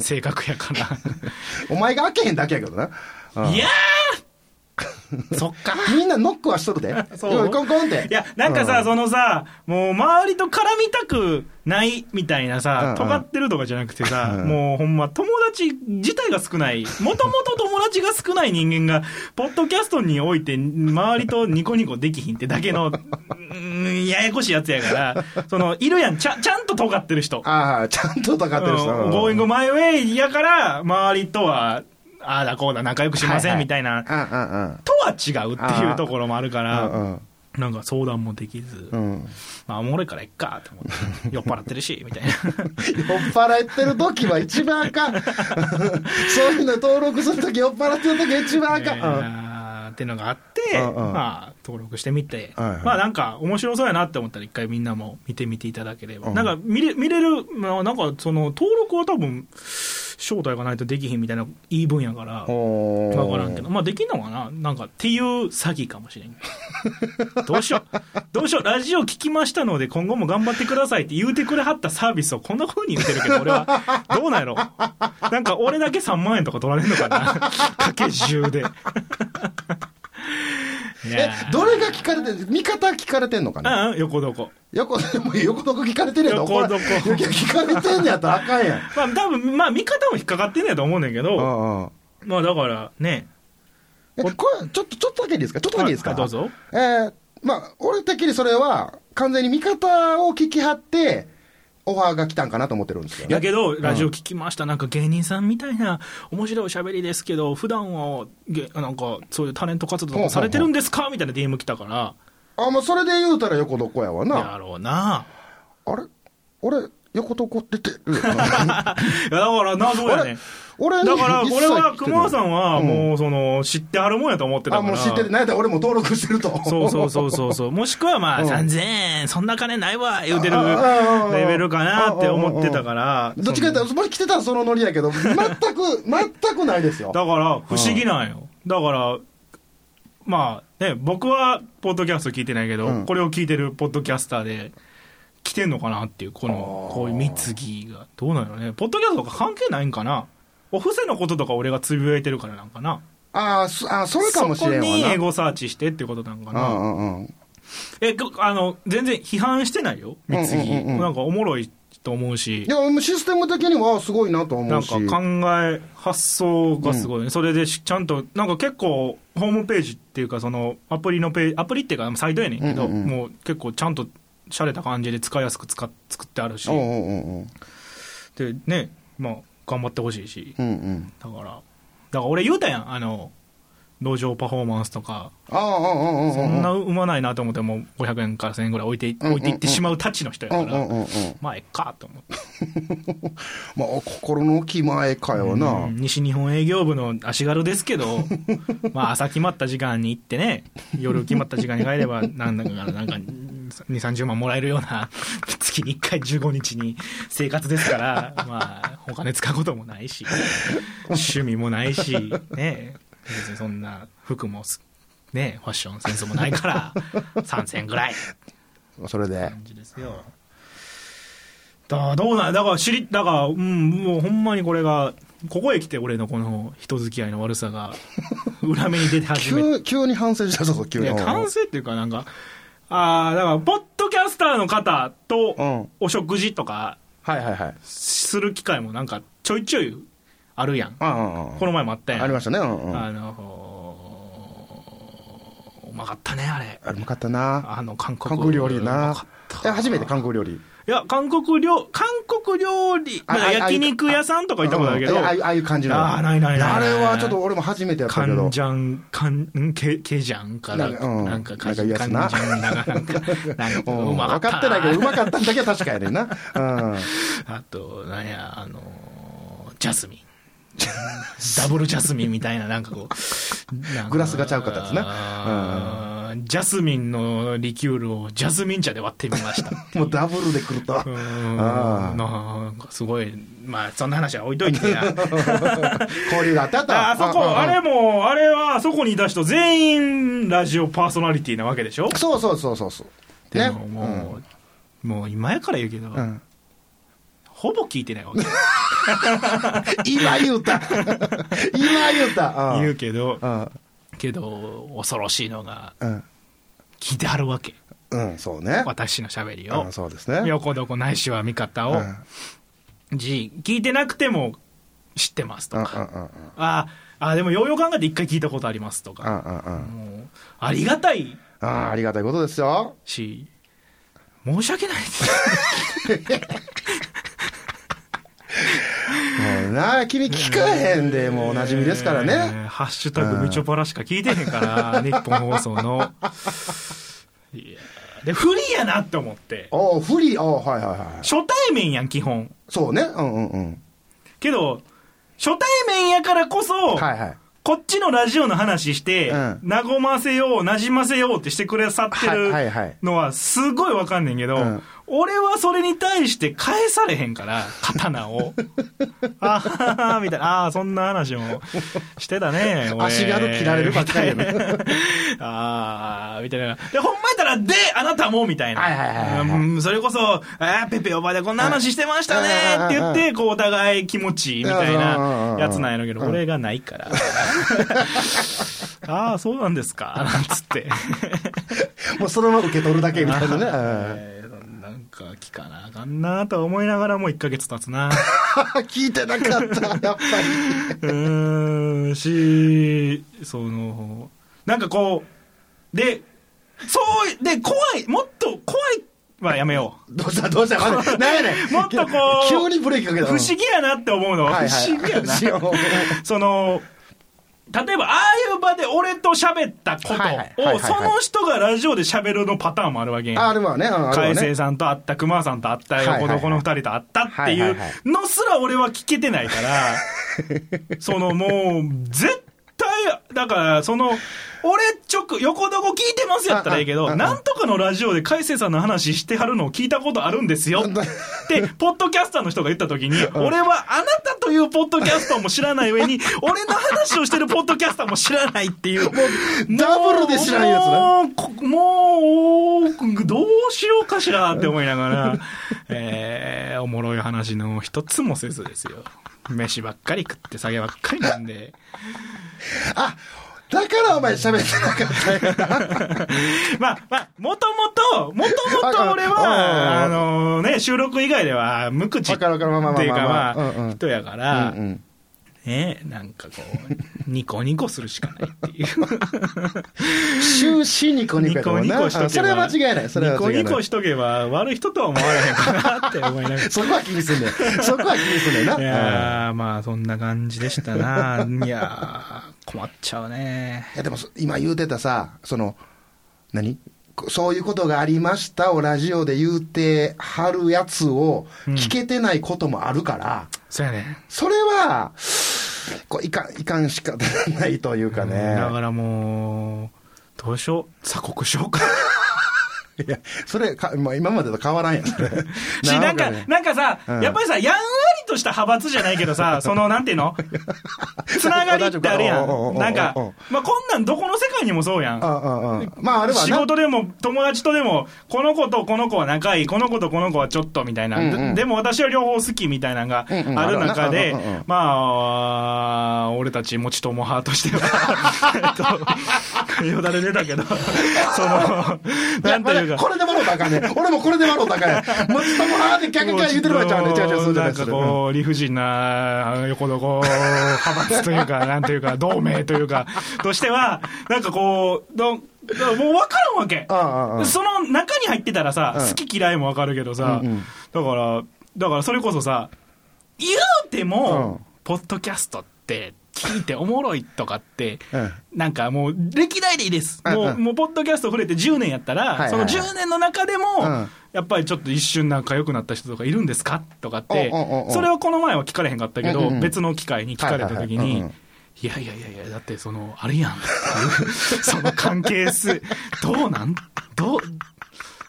性格やか お前が開けへんだけやけどな。うんら。いやー そっか。みんなノックはしとるで。そうコンコンって。いや、なんかさ、うんそのさ、もう周りと絡みたくないみたいなうんさう、ん尖ってるとかじゃなくてさ、うんもうほんま友達自体が少ない、もともと友達が少ない人間が、ポッドキャストにおいて周りとニコニコできひんってだけの、うんややこしいやつやから、その、いるやん、ちゃちゃんと尖ってる人。ああ、ちゃんと戦ってる人。うんゴーイングマイウェイやから、周りとは、ああだこうだ仲良くしませんみたいな、うとは違うっていうところもあるから、んうんうん。なんか相談もできず、うんうん。まあ、おもろいからいっかと思 って、酔っ払ってるし、みたいな。酔っ払ってる時は一番あか ん。そういうの登録する時酔っ払ってる時は一番あかん。うんえーっていうのがあって、うんうんまあ、登録してみて、はいはいまあ、なんか、面白そうやなって思ったら、一回みんなも見てみていただければ、うんなんか見れ、見れる、まあ、なんか、その、登録は多分、招待がないとできひんみたいな、いい分やから、おーわからんけど、まあ、できんのかななんか、っていう詐欺かもしれん。どうしよう。どうしよう。ラジオ聞きましたので、今後も頑張ってくださいって言うてくれはったサービスをこんな風に言ってるけど、俺は、どうなんやろ。なんか、俺だけ3万円とか取られるのかなかけ10で。いえや、ーどれが聞かれてる味方聞かれてんのかなうんうん、横どこ。横、 もう横どこ聞かれてるやん横床聞かれてんのやったらあかんやん。まあ、多分、まあ、見方も引っかかってんねやと思うねんけど、うんうんまあ、だから、ね。えこれちょっと、ちょっとだけいいですかちょっとだけいいですかあどうぞ。えーまあ、俺的にそれは、完全に味方を聞き張って、オファーが来たんかなと思ってるんですよ、ね。やけど、ラジオ聞きました、なんか芸人さんみたいな、面白いおしゃべりですけど、普段はげなんか、そういうタレント活動とかされてるんですかみたいな DM 来たから、あ、もうそれで言うたら横床やわやな。ろうな。あれ俺、横床って 言ってるよないやだから、謎やねん。俺にだから、一切俺は、来てない熊さんは、もう、その、知ってはるもんやと思ってたあ、から。もう知ってる。なんやったら俺も登録してると。そうそうそうそうそう。もしくはまあ、うん3000円、そんな金ないわ、言うてるああああレベルかなって思ってたから。 どっちかやったら、もし来てたらそのノリやけど、全 く、全くないですよ。だから、不思議なんよ。だから、まあね、僕はポッドキャスト聞いてないけど、うんこれを聞いてるポッドキャスターで、来てんのかなっていう、この、こういう貢ぎが。どうなのね。ポッドキャストとか関係ないんかなお布施のこととか俺がつぶやいてるからなんかな。あーそあ、それかもしれんわそな。こにエゴサーチしてってことなんかうな。んうんうん。え、こあの、全然批判してないよ、貢ぎ。うんうんうんうんなんかおもろいと思うし。でもシステム的にはすごいなと思なうんし。か考え、発想がすごいね、それでしちゃんと、なんか結構、ホームページっていうか、そのアプリのページ、アプリっていうか、サイトやねんけど、うんうんうんもう結構、ちゃんと洒落た感じで使いやすく使っ作ってあるし、うんうんうんうん。でね、まあ、頑張ってほしいし、うんうん。だから、だから俺、言うたやん、あの、農場パフォーマンスとか、ああ、うんうんうん。そんな生まないなと思って、もう500円から1000円ぐらい置いていんうん置いていってしまうたちの人やうかんうんうら、んうん。まあ、えっかと思って。まあ、心の気前かよう。なん西日本営業部の足軽ですけど、まあ朝決まった時間に行ってね、夜決まった時間に帰れば、なんだかなんか2、30万もらえるような月に1回15日に生活ですから、まあ、お金使うこともないし、趣味もないし、ね、別にそんな服もす、ね、ファッションセンスもないから、3000ぐらい。それで感じですよ。だからどうなんだから知り、だから、うん、もうほんまにこれが、ここへ来て俺のこの人付き合いの悪さ が、裏目に出て始めて。急急に反省したぞ急いにや、完成っていうかなんか、ああ、だから、ポッドキャスターの方うんとお食事とかはいはいはいする機会もなんかちょいちょいあるやん。うんうんうんこの前もあったやん。ありましたねうんうんああのーうまかったね、あれ。れ向かったなあの、韓国韓国料理うまなかったえ初めて韓国料理いや、韓国料、韓国料理、あまあ、あ焼肉屋さんとか行ったことあるけど、うんああいうああいう感じのあーないないないあれはちょっと俺も初めてやったカけどンジャン、カン、んケ、ケジャンかなら、んかうんなんか、なんかいいやつなカンジャンなんか、なんか、なんか、う分まかかったなってないけどうまかったんだけど確かやねんなうんあと、なんや、あのージャスミン。ダブルジャスミンみたいな、なんかこう。なんグラスがちゃうかったやつなな。うんジャスミンのリキュールをジャスミン茶で割ってみました。もうダブルで来るとうあんーなんかすごい、まあ、そんな話は置いといてや。交流があったあったああそこ、うんあれも、あれは、あそこにいた人全員ラジオパーソナリティなわけでしょそうそうそうそうそうでねももう、もう今やから言うけど、うんうんほぼ聞いてないわけ。今言うた 今言うた言ううんけど、うんけど、恐ろしいのが、うん聞いてはるわけ。うんそうね私の喋りうをん。そうですね横どこないしは味方うんうをん、じ、聞いてなくても知ってますとうんうんか、ああ、あでもようよう考えて一回聞いたことありますとうか、んうんうんうんもう、ありがたいあーありがたいことですよし、申し訳ないです。もうな君聞かへんでもうおなじみですからえねーハッシュタグみちょぱらしか聞いてへんか ら、日本放送の。いやーで、不利やなって思って。おおフリーおおはいはいはい初対面やん、基本。そうねうんうんうんけど、初対面やからこそ、はいはいこっちのラジオの話して、うん和ませよう、なじませようってしてくれさってはいはいるはいのは、すごいわかんねんけど、うん俺はそれに対して返されへんから、刀 を。あははみたいな、ああ、そんな話もしてたね。 俺足軽切られるばっかりやねみたいなああ、みたいな。で、ほんまやったら、で、あなたも、みたいな。はいはいはいはいうんそれこそ、ああ、ペペおばでこんな話してましたねって言って、こう、お互い気持ちいいみたいなやつなんやろうけど、うん俺がな いから。ああ、そうなんですか、なんつって。もうそのまま受け取るだけみたいなねうん えーなんか聞かなあかんなとは思いながらもう1ヶ月経 つな。聞いてなかったやっぱり うーん、し、その、なんかこう、で、そうい、で、怖い、もっと怖いはやめよう。どうしたどうした待って何やねんもっとこう急にブレーキかけた不思議やなって思うのは、はいはい不思議やな。不思議その、例えば、ああいう場で俺と喋ったことを、はいはいはいはいその人がラジオで喋るのパターンもあるわけあやあん。れはねうんあれ海は星ねさんと会った、熊さんと会った、いはいはい横のこの二人と会ったっていはいうはいはいのすら俺は聞けてないから、 そのもう、絶対、だから、その、俺直、横どこ聞いてますやったらいいけああど、あなんとかのラジオで海星さんの話してはるのを聞いたことあるんで すよって、ポッドキャスターの人が言ったときに、俺はあなたというポッドキャストも知らない上に、俺の話をしてるポッドキャスターも知らないっ ていう。ダブルで知らんやつなもうこもう、どうしようかしらって思いながら、 えー、おもろい話の一つもせずですよ。飯ばっかり食って酒ばっかり飲んで。 だからお前喋ってなかったんやまあ、まあ、もともと、もともと俺あは、ああのね、収録以外では無口っていうわかるわかるまあまあまあまあかまあうんうまあ、ん人や かうらんう、んね、なんかこう、ニコニコするしかないっていう。終始ニコニコニやとコ思うニなコしとけば。あそれは間違いないそれは間違いニコニなコいしとけば、悪い人とは思われへんかなって思いながら。 そこは気にすんねんそこは気にすんねんないやー、まあ、そんな感じでした な。いやー、困っちゃうね。いやでもそ今言うてたさその何こそういうことがありましたをラジオで言うてはるやつを聞けてないこともあるから、そうやね。それはこういかんいかんしかないというかね、だからもう、どうしよう。鎖国しようか。いや、それか、まあ、今までと変わらんやん、それ。 し、なんかね、なんかさ、うんやっぱりさ、やんわりとした派閥じゃないけど さ、その、なんていうのつながりってあるやおうおうおうおん。うなんか、まあ、こんなんどこの世界にもそうや。うんんうんうん。まあ、あれはな仕事でも友達とでも、この子とこの子は仲いい、この子とこの子はちょっとみたいな、うんうんででも私は両方好きみたいなのがうんうんある中であるわなうんうんうん、まあ、俺たち、もち友派としては、 えっとよだれ出たけど、 その、いなやんといまだうか。これで笑うたらあかんねん俺もこれで笑うたらあかんねんもちともあーってキャキャキャ言ってる場合ちゃうねん違う違うそうじゃないんかそれこう、理不尽な、横どこ、派閥というか、なんというか、同盟というか、としては、なんかこう、どだからもう分からんわけああああああ。その中に入ってたらさ、うん好き嫌いも分かるけどさ、うんうんだから、だからそれこそさ、言うても、うんポッドキャストって、聞いておもろいとかって、うんなんかもう歴代でいいです、うんうんもうもうポッドキャスト触れて10年やったら、はいはいその10年の中でも、うんやっぱりちょっと一瞬仲良くなった人とかいるんですかとかっておうおうおうおうそれはこの前は聞かれへんかったけど、うんうんうん別の機会に聞かれた時に、はいいはいはいうんうんやいやいやいやだってそのあれやん っていうその関係数どうなんどう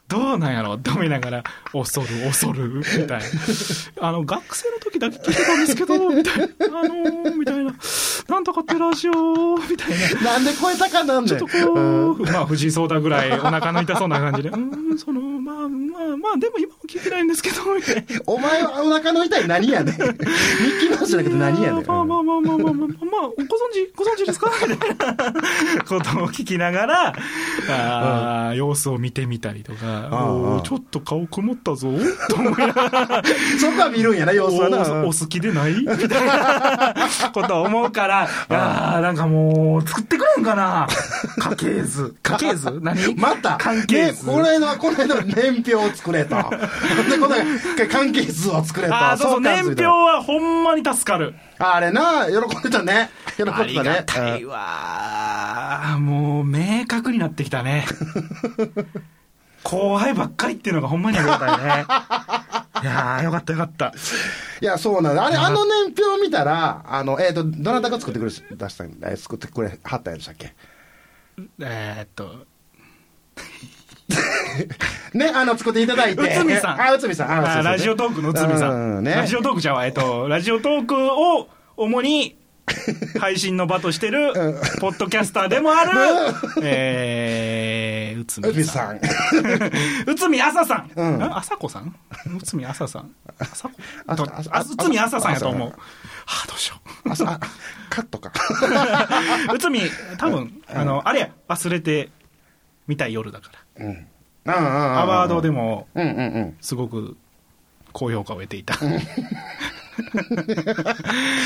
どうなんやろって思いながら、恐る恐る、みたいな。あの、学生の時だけ聞いてたんですけど、みたいな。あのーみたいな。なんとかってラジオ、みたいな。なんで声高なんちねょっんとこう、まあ、藤井聡太ぐらいお腹の痛そうな感じで、うーん、その、まあ、まあ、まあ、でも今も聞いてないんですけど、みたいな。お前はお腹の痛い何 やねんミッキーマウスじゃなくて何やねんいーまあまうあまあまあまあまあまあ、まあ、ご存知、ご存知 ですかみたいなことを聞きながら、あー様子を見てみたりとか、あおーちょっと顔曇っ たぞ、と思いながらんそこは見るんやな様子はなおお好き でないみたいなことを思うから、いやーなんかもう、作ってくれんかな家系 図。家系図何また関係ね図。この間はこの間の年表を作れとでこの間関係図を作れとああ、そうそう、相年関図表はほんまに助かる。あれな喜んでたね喜んでたねありがたいわー。もう、明確になってきた ね。後輩ばっかりっていうのがほんまにあり がたいね。いやー、よかったよかった。いや、そうなんだ。あれ、あの年表見たら、あの、えっ、と、どなたが作ってくれ、出したん、えー作ってくれはったんでしたっけえーっと、ね、あの、作っていただいて。内海さんえあ、内海さん。ああーラジオトークの内海さ。うんね。ラジオトークじゃわ、えっと、ラジオトークを主 に配信の場としてる、ポッドキャスターでもある、えー、内内海海さん。さん。 内海朝さん。うんあ朝子さん内海朝さん。朝子 あとああ内海朝さんやと思う。あはあ、どうしよう。あ、そうあカットか。 内海、多分、あの、あれや、忘れてみたい夜だから。うん。うんうんうん。アワードでも。も、うんうんうん。すごく高評価を得てい た。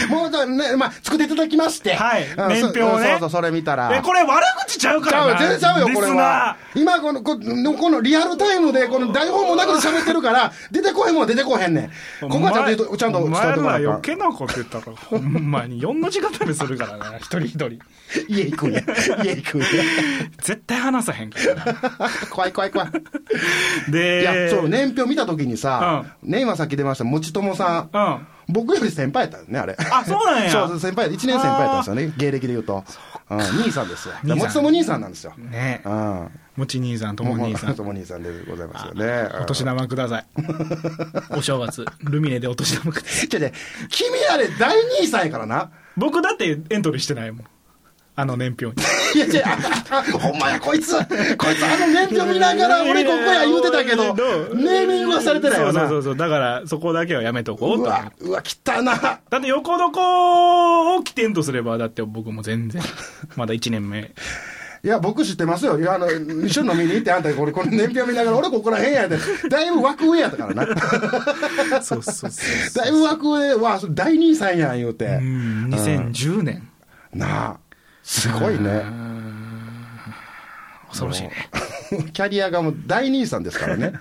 もう、じゃあね、まあ、作っていただきまして。はいうん年表をそねうそう、それ見たら。え、これ悪口ちゃうかちゃらな。う、全然ちゃうよ、これリスナーは。今この、この、このリアルタイムで、この台本もなくて喋ってるから、出てこへんもん出てこへんねん。ここはちゃんと言うと、ちゃんとお伝え前とかなお前あからん余計なこと言ったら、ほんまに4の字固めするからな、一人 一人。 家行くんや。家行くんや。絶対話さへんからな。 怖い怖い怖い。で、いや、そう、年表見たときにさ、ね、今さっき出ました、もちともさ。うんん。僕より先輩やったよね、あれ。あ、そうなんや。そう、先輩、1年先輩やったんですよね、芸歴で言うと。うん兄さんですよ。兄さんもちとも兄さんなんですよ。ねうん。もち兄さん、とも兄さもんちと。も兄さんでございますよね。お年うん玉く ださい。お正月、ルミネでお年玉ください。ちょちょ君あれ、大兄さんやからな。僕だってエントリーしてないもん。あの年表に。いや、違う、ああほんまや、こいつ、こいつ、あの年表見ながら、俺ここや言うてたけど、ネーミングはされてないよな。そうそうそうそう。だから、そこだけはやめとこううと思ってわ、うわ、汚な。だって横床を起点とすれば、だって僕も全然、まだ1 年目。いや、僕知ってますよ。いや、あの、一緒に飲みに行って、あんた、俺、この年表見ながら、俺、ここらへんやで、だいぶ枠上やったからな。そうそうそうそう。だいぶ枠上、わ、それ大兄さんやん、言うてう。ん、2010年。なあ、すごいね。恐ろしいね。キャリアがもう大兄さんですから ね。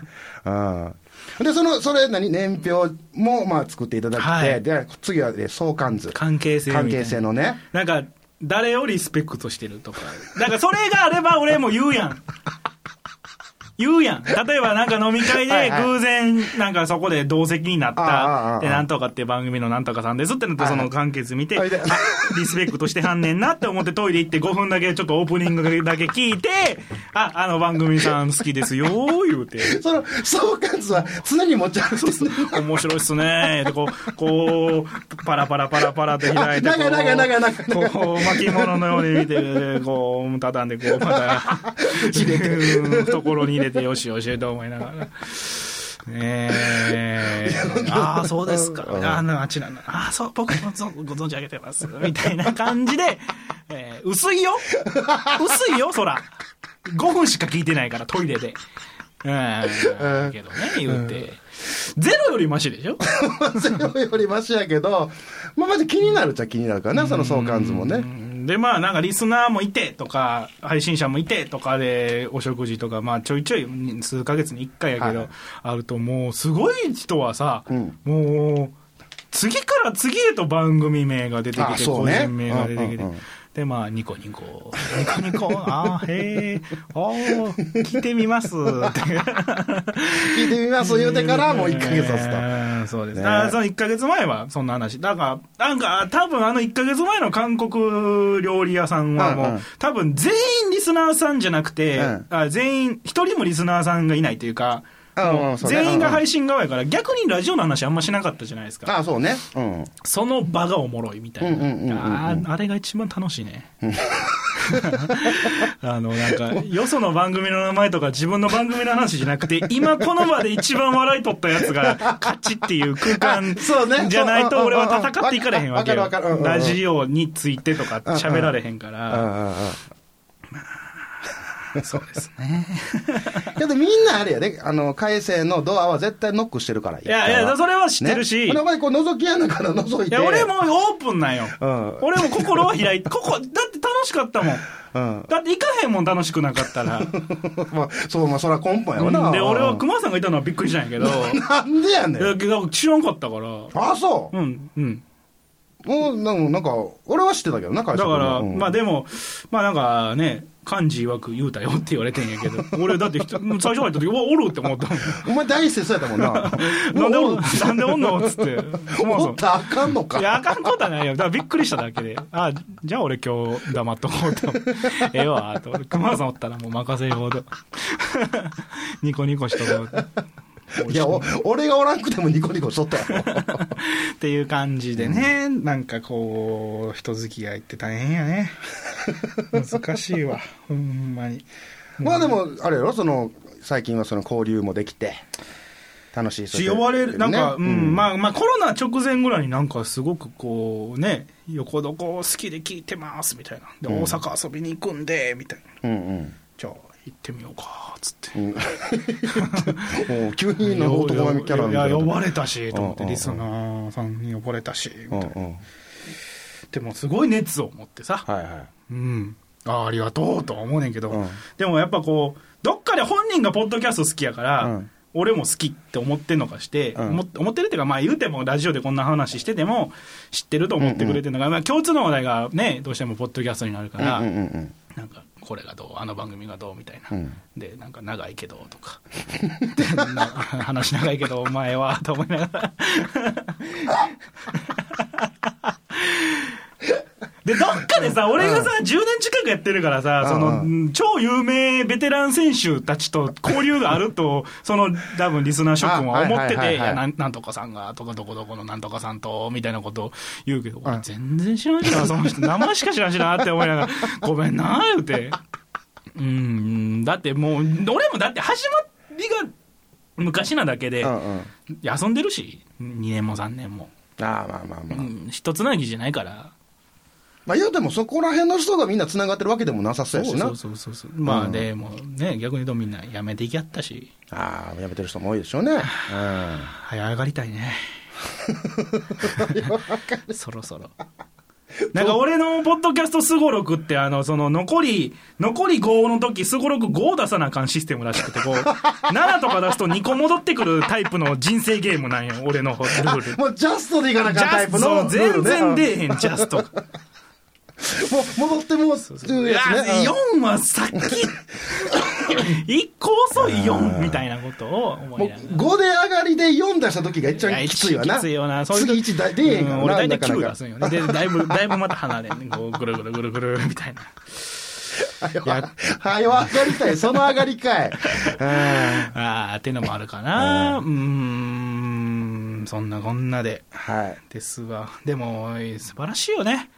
うん。で、その、それ、何、年表も、まあ、作っていただいて、はいで、次は、ね、相関図。関係性みたい関な係性のね。なんか、誰をリスペクトしてるとか。なんか、それがあれば俺も言うやん。言うやん。例えばなんか飲み会はいではい偶然なんかそこで同席になっあああああた、あで、なんとかっていう番組のなんとかさんですってなってはいそはいの完結見て、あはいでリスペクトしてはんねんなって思ってトイレ行って5分だけちょっとオープニングだけ聞いて、あ、あの番組さん好きですよ、言うて。その総括は常に持ち歩いてる面白いっすね。で、こう、こう、パラパラパラパラと開いて、あこう長い長い長い長い長いこう、巻物のように見て、こう、畳んで、こう、ま た、うん懐に入れて、よしよし、と思いながら。ねえああ、そうですか。あの、あちらの、ああ、そう、僕もぞご存知あげ てます。みたいな感じで、えー薄いよ薄いよ、そら。5分しか聞いてないから、トイレで。うん。けどね、言うて。ゼロよりマシでしょゼロよりマシやけど、まあ、まず気になるっちゃ気になるからね、その相関図もね。で、まあ、なんかリスナーもいてとか、配信者もいてとかで、お食事とか、まあ、ちょいちょい、数ヶ月に1回やけど、はいあると、もう、すごい人はさ、うんもう、次から次へと番組名が出てきあて、そうね個人名が出てきて。うんうんうんで、まあ、ニコニコ、ニコニコ、あーへえ、おー、聞いてみますって。聞いてみます言うてから、もう1ヶ月経つと。つそうです。ねあその1ヶ月前はそんな話。だから、なんか、多分あの1ヶ月前の韓国料理屋さんはもう、うんうん多分全員リスナーさんじゃなくて、うんあ全員、一人もリスナーさんがいないというか、うんもううんそうね全員が配信側やから、逆にラジオの話あんましなかったじゃないですか。ああ、そうね。うん。その場がおもろいみたいうんうんうんうんうな。んあーあれが一番楽しいね。 あの、なんか、よその番組の名前とか自分の番組の話じゃなくて、今この場で一番笑い取ったやつが勝ちっていう空間あ そうねじゃないそうとうん俺は戦っていかれへんわけわよかるわかるうんう。んラジオについてとか喋られへんかああら。ああそうですね。けどみんなあれやで、あの、改正のドアは絶対ノックしてるから。いいやいや、それは知ってるね、し。この前こう覗き穴から覗いいて。や、俺も。オープンなんよ。うん 俺も心は開いて、ここ、だって楽しかったもん。うん。だって行かへんもん、楽しくなかっ たら。まあ、そう、まあ、そらコンパやうわんな。で、俺はうん熊さんがいたのはびっくりしたんやけど、なんでやねいやん。なんか知らんかったから、ああ、そうん、うん。う。もう、なんかなんか、俺は知ってたけどな、だ改か正君ら、うんまあでも、まあなんかね、漢字曰く言うたよって言われてんやけ ど、俺だってひと最初入った時、うわ、おるって思ったもん。お前大切そうやったもんな。 なんでおるもうなんでおんのっつって。熊おさっんたらあかんのか。いや、あかんことはないよ。だからびっくりしただけで。あ、じゃあ俺今日黙っとこうと。 ええわ、と。熊田さんおったらもう任せようと。 ニコニコしとこうと。いや、お俺がおらんくてもニコニコしとったやろ。 っていう感じでね、なんかこう、人付き合いって大変や ね。難しいわ、ほんまに。 まあでも、あれやろ、その、最近はその交流もできて、楽しい人し、生呼ばれる、なんねか、うん、まあ、まあ、コロナ直前ぐらいになんかすごくこう、ね、横床好きで聞いてます、みたいな。で、大阪遊びに行くんで、みたいな。うんうん。じゃあ、行ってみようか、つって。うんもう急にの男前キャラみたいいな。や、呼ばれたし、と思って、うんうんうんリスナーさんに呼ばれたし、みたいなうんうん。でも、すごい熱を持ってさ、はいはい。うん、ああありがとうとは思うねんけど、うんでもやっぱこうどっかで本人がポッドキャスト好きやから、うん俺も好きって思ってんのかして、うん思っ思ってるっていうか、まあ、言うてもラジオでこんな話してても知ってると思ってくれてるのが、まあ、共通の話題がねどうしてもポッドキャストになるから、うんうんうんなんかこれがどうあの番組がどうみたいな、うんでなんか長いけどとかでな話長いけどお前はと思いながらでどっかでさ俺がさ、10年近くやってるからさ、そのう超有名ベテラン選手たちと交流があるとその多分リスナー諸君は思ってあはいはいはいはいていやなんなんとかさんがとかどこどこのなんとかさんとみたいなことを言うけど、う俺ん全然知らんしなその人名前しか知らんしなって思い ながらごめんな言うて。うん、だってもう、俺もだって始まりが昔なだけで、うんうん。遊んでるし、2年も3年も。ああまあまあまあ。うん、一つなぎじゃないから。まあ言うてもそこら辺の人がみんな繋がってるわけでもなさそうやしな。そうそうそうそう。まあでもね、逆に言うとみんな辞めていきやったし、ああ、やめてる人も多いでしょうね。うん。早上がりたいね。そろそろ。なんか俺のポッドキャストすごろくって、あの、その残り、残り5の時、すごろく5を出さなあかんシステムらしくて、こう、7とか 出すと2個戻ってくるタイプの人生ゲームなんよ、俺のルール。もうジャストでいかなあジかんタャイプストののルールね。全然出えへん、ジャスト。うんもう戻ってもうっていうやいや つね。うん4は先一個遅いよみたいなことを思もういながら。 5で上がりで4出した時が一 いや番きついわな。きついよな。そういう次時1だ出えへんからうんな。俺大体なかな9か出すんよね。で、だいぶ、だいぶまた離れんね。こう、ぐるぐるぐるぐるみたいな。ははよ上がりたい。その上がりかい。うんあーってのもある かな。うーん、そんなこんなで。はい。ですわ。でも、素晴らしいよね。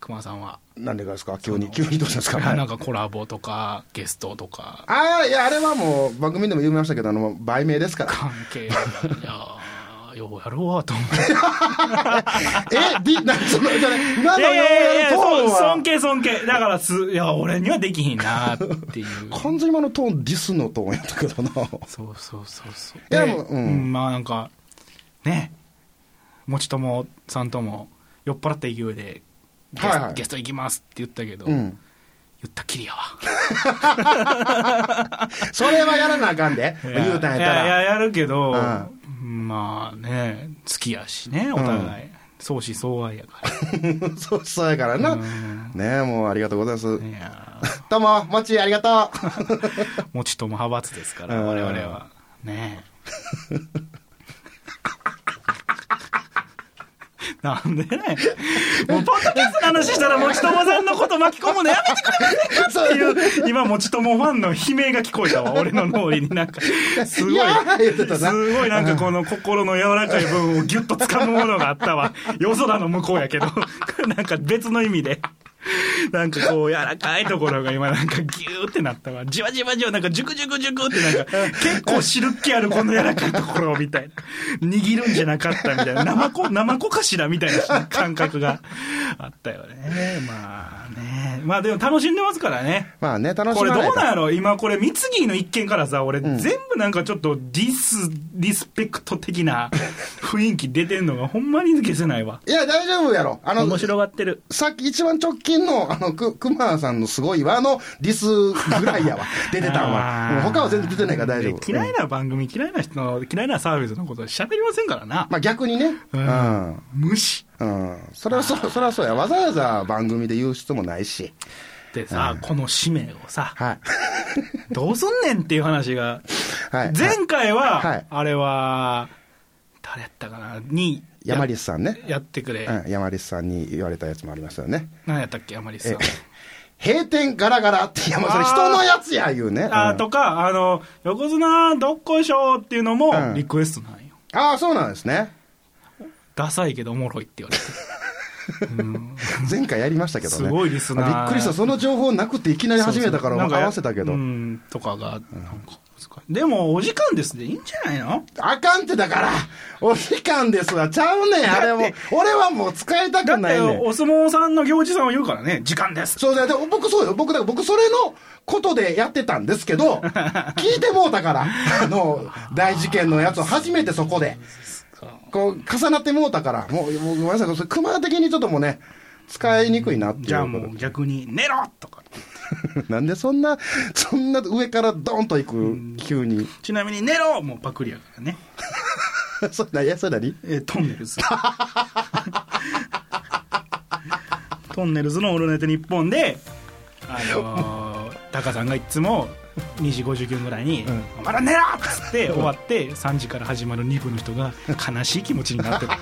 熊さんは。なんでですか急に、急にどうしたんですかはいなんかコラボとか、ゲストとか、ああ、いや、あれはもう番組でも言いましたけど、あの、売名です から。関 係が、いやー、ようやろうわと思って。え、で、 な、その、じゃない、なのいやいよやいやうやるトーンそう尊は。敬尊敬。だからす、いや、俺にはできひんなっていう。完全に今のトーン、ディスのトーンやったけどな。そうそうそうそう。いやでもううんんまあなんか、ね、もちともさんとも酔っ払った勢いで、ゲス,、はいはいゲスト行きますって言ったけど、うん。言ったきりやわ。それはやらなあかんで、言うたんやったいや、いら。ややるけど、うまあね、好きやしね、お互い。相思相愛やか そう、そうやからら。な。うねんえ、もうありがとうございます。いやどうも、もちありがとー、 もちとも派閥ですから、うん我々は。ねえ。 なんでね、もうポッドキャストの話したら、もちともさんのこと巻き込むのやめてくう。 そういう。れっていう、今、もちともファンの悲鳴が聞こえたわ、俺の脳裏になんか、すごいい。やー言ってたな。すごいなんかこの心の柔らかい部分をギュッと掴むものがあっ たわ。夜空の向こうやけど、 なんか別の意味で。なんかこう柔らかいところが今なんかギューってなったわ。じわじわじわなんかジュクジュクジュクってなんか結構汁っ気あるこの柔らかいところみたいな。握るんじゃなかったみたいな。生子、生子かしらみたいな感覚があったよね。まあね。まあでも楽しんでますからね。まあね、楽しこみれなどういとなんやろ今これ、三木の一件からさ、俺、全部なんかちょっとディス、ディスペクト的な 雰囲気出てんのが、ほんまに消せないわ。いや、大丈夫やろ。あの面、白がってる。さっき一番直近の、あの、く、くまさんのすごいわのディスぐらい やわ。出てたんあは。ーもう他は全然出てないから大丈夫。嫌いうんな番組、嫌いな人の、嫌いなサービスのこと喋りませんからな。まあ逆にね。ううんん。無視。うん。それはそう、それはそうや。わざわざ番組で言う必要もないし。でさ、この使命をさ、 はい。どうすんねんっていう話が、はい。前回は、はいあれは、誰やったかな、に、山岸さんね。やってくれ。うん。山岸さんに言われたやつもありましたよね。何やったっけ、山リさえん。、閉店ガラガラって、いや、もうそれあー人のやつや、言うね。あうーんとか、あの、横綱どっこいしょっていうのもうんリクエストなんよ。あー、そうなんです ね。ダサいけどおもろいって言わ れて。前回やりましたけどね。すごいリスナーびっくりした。その情報なくていきなり始めたから、そうそう合わせたけどう。ん、とかが、なんか難しいでも、お時間ですでいいんじゃないのあかんってだから、お時間ですわ。ちゃうねん、あれも。俺はもう使いただくっなて、いねん。お相撲さんの行事さんは言うからね、時間です。そうだよ、でも僕そうよ。僕だから、僕それのことでやってたんですけ ど、聞いてもうたから、あの、大事件のやつを初めてそこで。こう、重なってもうたから、もう、もうごめんなさい、それ熊的にちょっともうね、使いにくいなっていう。じゃあもう逆に、寝ろとか。 なんでそんな、そんな上からドーンと行く、急に。 ちなみに、寝ろもうパクリやからね。それ何やそれ何えートンネルズ。トンネルズの「オールナイトニッポン」で、あのー、タカさんがいつも2時59分ぐらいにん「お前ら寝ろ!」っつって終わって3時から始まる2部の人が悲しい気持ちになってた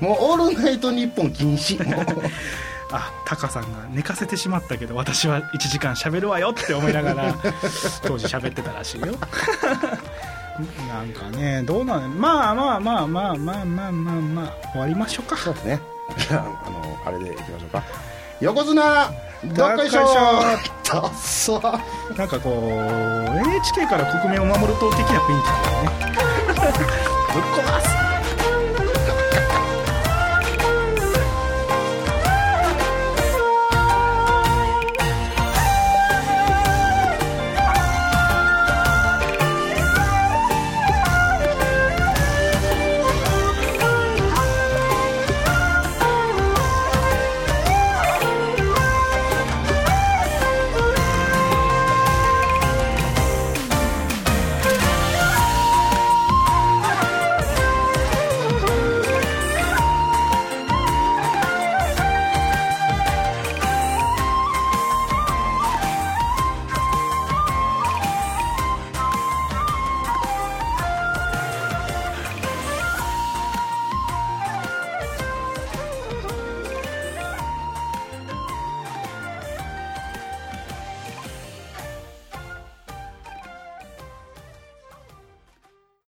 もう、オールナイトニッポン禁止。もうあタカさんが寝かせてしまったけど私は1時間喋るわよって思いながら当時喋ってたらしいよなんかねどうなんまあまあまあまあまあまあまあまあ終わりましょうかそうですね。じゃあ、あの、あれでいきましょうか。横綱、どっこいしょどっこーダッサーなんかこう NHK から国民を守る党的な雰囲気だよね